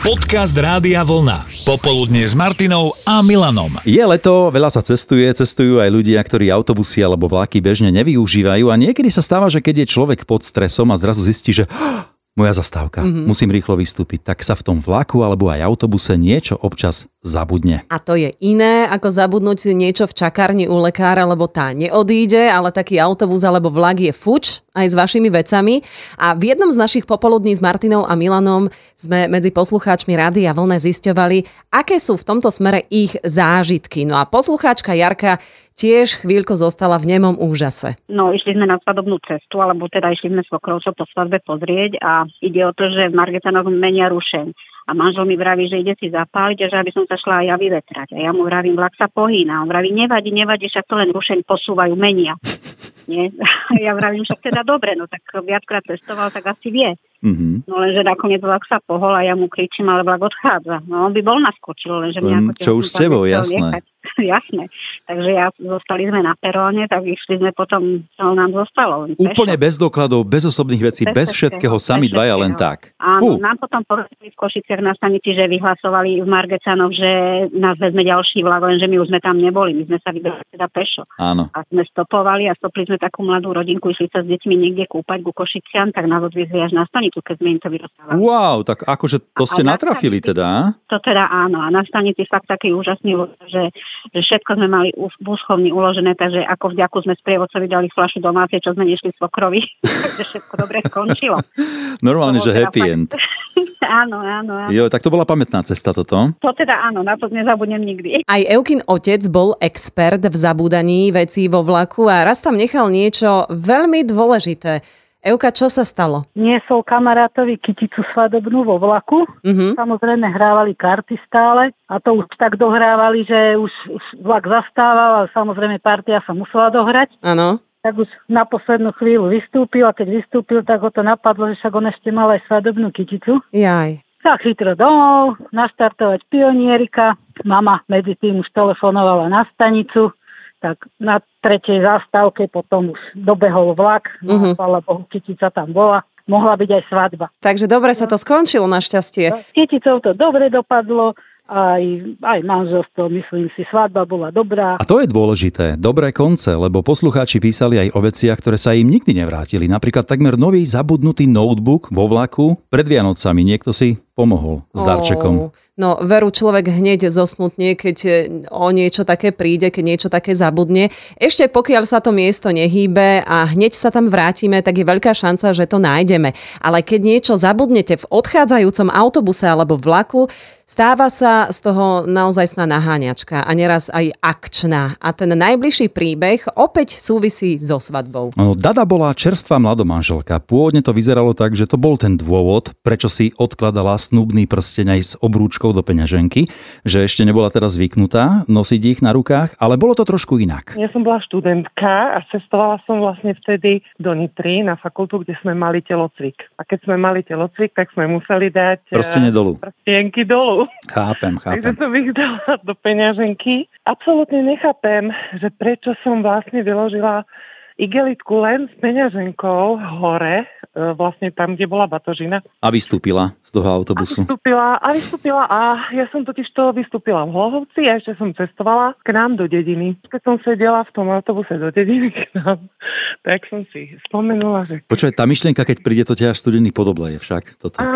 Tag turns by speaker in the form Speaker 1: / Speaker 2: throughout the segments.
Speaker 1: Podcast Rádia Vlna. Popoludne s Martinou a Milanom.
Speaker 2: Je leto, veľa sa cestuje, cestujú aj ľudia, ktorí autobusy alebo vláky bežne nevyužívajú a niekedy sa stáva, že keď je človek pod stresom a zrazu zistí, že "Ah, moja zastávka,
Speaker 3: Mhm.
Speaker 2: mm-hmm. musím rýchlo vystúpiť, tak sa v tom vlaku alebo aj autobuse niečo občas zabudne.
Speaker 4: A to je iné, ako zabudnúť si niečo v čakárni u lekára, lebo tá neodíde, ale taký autobus alebo vlak je fuč aj s vašimi vecami. A v jednom z našich popoludní s Martinou a Milanom sme medzi poslucháčmi Rady a Vlne zisťovali, aké sú v tomto smere ich zážitky. No a poslucháčka Jarka tiež chvíľko zostala v nemom úžase.
Speaker 3: No, išli sme na svadobnú cestu, alebo teda išli sme s pokrovcov po svadbe pozrieť a ide o to, že v Margetanoch menia rušeň. A manžel mi vraví, že ide si zapáliť a že aby som sa šla aj ja vyvetrať. A ja mu vravím, vlak sa pohýna. On vraví, nevadí, nevadí, však to len rušeň posúvajú, menia. Nie? Ja vravím, však teda dobre, no tak viackrát testoval, tak asi vie.
Speaker 2: Mm-hmm.
Speaker 3: No lenže nakoniec vlak sa pohol a ja mu kričím, ale vlak odchádza. No on by bol naskočil, lenže mňa
Speaker 2: Len
Speaker 3: ako
Speaker 2: Mm, čo už s
Speaker 3: tehotnú
Speaker 2: tebou,
Speaker 3: chcel
Speaker 2: jasné.
Speaker 3: nechať. jasné. Takže ja, zostali sme na peróne, tak išli sme potom, čo nám zostalo. len
Speaker 2: Úplne
Speaker 3: pešo.
Speaker 2: bez dokladov, bez osobných vecí, bez,
Speaker 3: Bez
Speaker 2: všetkého,
Speaker 3: všetkého,
Speaker 2: sami
Speaker 3: bez
Speaker 2: dvaja
Speaker 3: všetkého.
Speaker 2: len tak.
Speaker 3: Áno,
Speaker 2: Fú.
Speaker 3: nám potom porušili v Košiciach na stanici, že vyhlasovali v Margecanoch, že nás vezme ďalší vlak, lenže my už sme tam neboli, my sme sa vybrali teda pešo.
Speaker 2: Áno.
Speaker 3: A sme stopovali a stopli sme takú mladú rodinku, išli sa s deťmi niekde kúpať ku Košiciam, tak nás odviezli až na stanicu, keď sme im to vyrozprávali.
Speaker 2: Wow, tak akože to
Speaker 3: A-
Speaker 2: ste
Speaker 3: a na
Speaker 2: natrafili
Speaker 3: stanici-
Speaker 2: teda, á?
Speaker 3: To teda áno, a na stanici fakt taký úžasný ľud, že, že všetko sme mali u- v úschovni uložené, takže ako vďaku sme sprievodcovi dali fľašu domácej, čo sme nešli svokrovi, takže všetko dobre skončilo.
Speaker 2: Normálne,
Speaker 3: To bol
Speaker 2: že
Speaker 3: teda
Speaker 2: happy
Speaker 3: fakt-
Speaker 2: end.
Speaker 3: áno, áno, áno.
Speaker 2: Jo, tak to bola pamätná cesta toto.
Speaker 3: To teda áno, na to nezabudnem nikdy.
Speaker 4: Aj Eukin otec bol expert v zabúdaní vecí vo vlaku a raz tam nechal niečo veľmi dôležité. Euka, čo sa stalo?
Speaker 5: niesol kamarátovi kyticu svadobnú vo vlaku.
Speaker 4: Mhm.
Speaker 5: Samozrejme hrávali karty stále a to už tak dohrávali, že už, už vlak zastával, ale samozrejme partia sa musela dohrať.
Speaker 4: Áno.
Speaker 5: Tak už na poslednú chvíľu vystúpil a keď vystúpil, tak ho to napadlo, že však on ešte mal aj svadobnú kyticu.
Speaker 4: Jaj.
Speaker 5: Tak chytro domov, naštartovať pionierika. Mama medzi tým už telefonovala na stanicu, tak na tretej zastávke potom už dobehol vlak, no
Speaker 4: Mhm.
Speaker 5: a chvála Bohu, kytica tam bola. Mohla byť aj svadba.
Speaker 4: Takže dobre sa to skončilo našťastie.
Speaker 5: S Kyticou to dobre dopadlo, aj, aj manželstvo, myslím si, svadba bola dobrá.
Speaker 2: A to je dôležité, dobré konce, lebo poslucháči písali aj o veciach, ktoré sa im nikdy nevrátili. Napríklad takmer nový zabudnutý notebook vo vlaku pred Vianocami. Niekto si pomohol s darčekom.
Speaker 4: Ó, No veru, človek hneď zosmutne, keď e, o niečo také príde, keď niečo také zabudne. Ešte pokiaľ sa to miesto nehýbe a hneď sa tam vrátime, tak je veľká šanca, že to nájdeme. Ale keď niečo zabudnete v odchádzajúcom autobuse alebo vlaku, stáva sa z toho naozaj sná naháňačka a neraz aj akčná. A ten najbližší príbeh opäť súvisí so svadbou.
Speaker 2: No, Dada bola čerstvá mladomanželka. Pôvodne to vyzeralo tak, že to bol ten dôvod, prečo si odkladala snubný prsteň aj s obrúčkou do peňaženky, že ešte nebola teda zvyknutá nosiť ich na rukách, ale bolo to trošku inak.
Speaker 6: Ja som bola študentka a cestovala som vlastne vtedy do Nitry na fakultu, kde sme mali telocvik. A keď sme mali telocvik, tak sme museli dať eh,
Speaker 2: Prstene dolu.
Speaker 6: prstienky dolu.
Speaker 2: Chápem,
Speaker 6: Takže
Speaker 2: chápem.
Speaker 6: som ich dala do peňaženky. Absolútne nechápem, že prečo som vlastne vyložila igelitku len s peňaženkou hore, eh, vlastne tam, kde bola batožina.
Speaker 2: A vystúpila z toho
Speaker 6: A
Speaker 2: autobusu.
Speaker 6: vystúpila, a vystúpila a ja som totiž to vystúpila v Hlohovci a ešte som cestovala k nám do dediny. Keď som sedela v tom autobuse do dediny k nám, tak som si spomenula, že
Speaker 2: Počkaj, tá myšlienka, keď príde, to ťa až studený podoble je však. Toto.
Speaker 6: á,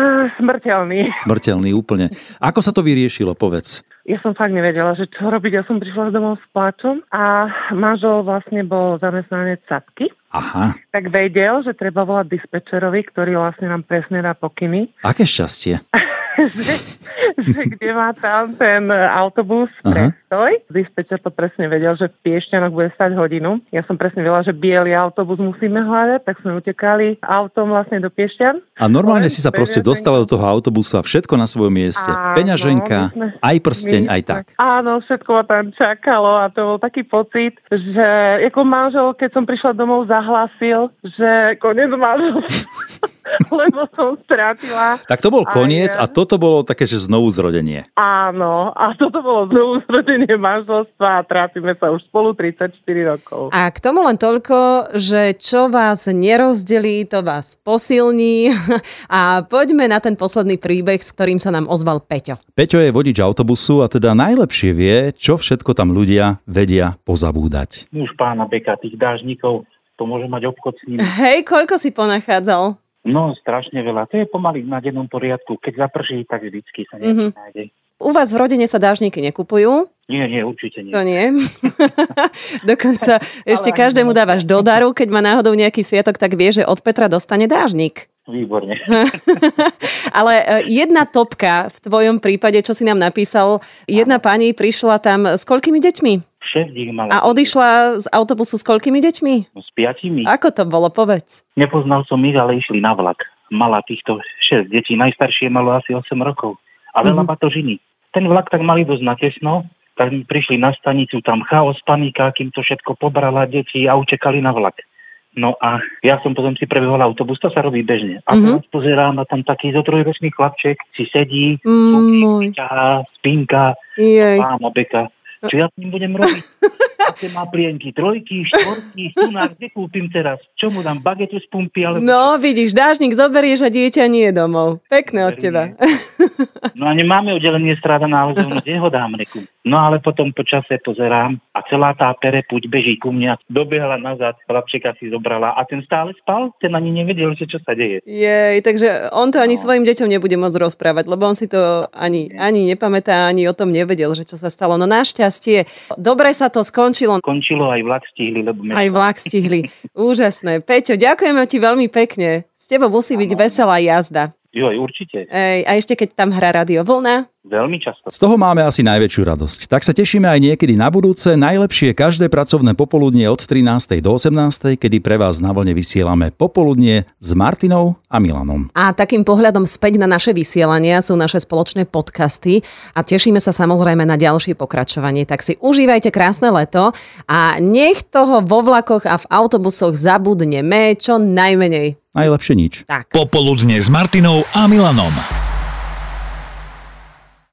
Speaker 6: smrteľný.
Speaker 2: Smrteľný úplne. Ako sa to vyriešilo, povedz.
Speaker 6: Ja som fakt nevedela, že čo robiť. Ja som prišla domov s pláčom a manžel vlastne bol zamestnanec Sapky.
Speaker 2: Aha,
Speaker 6: Tak vedel, že treba volať dispečerovi, ktorý vlastne nám presne dá pokyny,
Speaker 2: aké šťastie.
Speaker 6: že, že kde má tam ten e, autobus
Speaker 2: Aha.
Speaker 6: prestoj. Dispečer to presne vedel, že v Piešťanoch bude stať hodinu. Ja som presne vedela, že biely autobus musíme hľadať, tak sme utekali autom vlastne do Piešťan.
Speaker 2: A normálne
Speaker 6: Len
Speaker 2: si sa proste
Speaker 6: peňaženka.
Speaker 2: dostala do toho autobusu a všetko na svojom mieste.
Speaker 6: Áno,
Speaker 2: Peňaženka,
Speaker 6: my sme-
Speaker 2: aj prsteň, aj tak.
Speaker 6: Áno, všetko ma tam čakalo a to bol taký pocit, že ako manžel, keď som prišla domov, zahlasil, že koniec manželstva. lebo som stratila.
Speaker 2: Tak to bol
Speaker 6: Aj,
Speaker 2: koniec a
Speaker 6: ja.
Speaker 2: toto bolo také, že znovu zrodenie.
Speaker 6: Áno, a toto bolo znovu zrodenie manželstva a trápime sa už spolu 34 rokov.
Speaker 4: A k tomu len toľko, že čo vás nerozdelí, to vás posilní. A poďme na ten posledný príbeh, s ktorým sa nám ozval Peťo.
Speaker 2: Peťo je vodič autobusu a teda najlepšie vie, čo všetko tam ľudia vedia pozabúdať.
Speaker 7: Už pána Beka, tých dážnikov, to môže mať obchod s ním.
Speaker 4: Hej, koľko si ponachádzal?
Speaker 7: No, strašne veľa. To je pomaly na dennom poriadku. Keď zaprší, tak vždycky sa niečo nájde.
Speaker 4: U vás v rodine sa dážniky nekupujú?
Speaker 7: Nie, nie, určite nie.
Speaker 4: To nie. Dokonca ešte každému dávaš do daru, keď má náhodou nejaký sviatok, tak vie, že od Petra dostane dážnik.
Speaker 7: Výborne.
Speaker 4: Ale e, jedna topka v tvojom prípade, čo si nám napísal, jedna pani prišla tam s koľkými deťmi?
Speaker 7: Šesť ich mala.
Speaker 4: A odišla z autobusu s koľkými deťmi?
Speaker 7: no, S piatimi.
Speaker 4: Ako to bolo, povedz.
Speaker 7: Nepoznal som ich, ale išli na vlak. Mala týchto 6 detí, najstaršie malo asi 8 rokov. A
Speaker 4: Mhm.
Speaker 7: veľa mm-hmm. batožiny. Ten vlak tak mali dosť natesno, tak mi prišli na stanicu, tam chaos, panika, kým to všetko pobrala deti a utekali na vlak. No a ja som potom si prebehol autobus, to sa robí
Speaker 4: Mhm.
Speaker 7: bežne. A teraz pozerám a tam taký zo trojročný chlapček si sedí,
Speaker 4: Mm,
Speaker 7: súky,
Speaker 4: môj.
Speaker 7: ťahá, spinka,
Speaker 4: Jej.
Speaker 7: pána Beka. Čo ja s ním budem robiť? Aké má plienky? Trojky, štvorky, stunár, kde kúpim teraz? Čo mu dám, bagetu z pumpy? Alebo
Speaker 4: No, vidíš, dážnik zoberieš a dieťa nie domov. Pekné od teba.
Speaker 7: No a nemáme oddelenie strádaná, ale zónu, kde ho dám, reku. No ale potom po čase pozerám a celá tá perepuť beží ku mne. Dobehla nazad, chlapčeka si zobrala a ten stále spal, ten ani nevedel, že čo sa deje.
Speaker 4: Jej, takže on to ani svojim deťom nebude môcť rozprávať, lebo on si to ani, ani nepamätá, ani o tom nevedel, že čo sa stalo. No našťastie, dobre sa to skončilo.
Speaker 7: Končilo aj vlak stihli, lebo me...
Speaker 4: Aj vlak stihli. Úžasné. Peťo, ďakujeme ti veľmi pekne. S tebou musí byť veselá jazda.
Speaker 7: Joj, určite,
Speaker 4: Ej, a ešte keď tam hrá Radio Vlna.
Speaker 7: veľmi často.
Speaker 2: Z toho máme asi najväčšiu radosť. Tak sa tešíme aj niekedy na budúce. Najlepšie každé pracovné popoludnie od 13. do 18. kedy pre vás na vlne vysielame popoludnie s Martinou a Milanom.
Speaker 4: A takým pohľadom späť na naše vysielania sú naše spoločné podcasty a tešíme sa samozrejme na ďalšie pokračovanie. Tak si užívajte krásne leto a nech toho vo vlakoch a v autobusoch zabudneme čo najmenej.
Speaker 2: Najlepšie nič.
Speaker 4: Tak.
Speaker 1: Popoludne s Martinou a Milanom.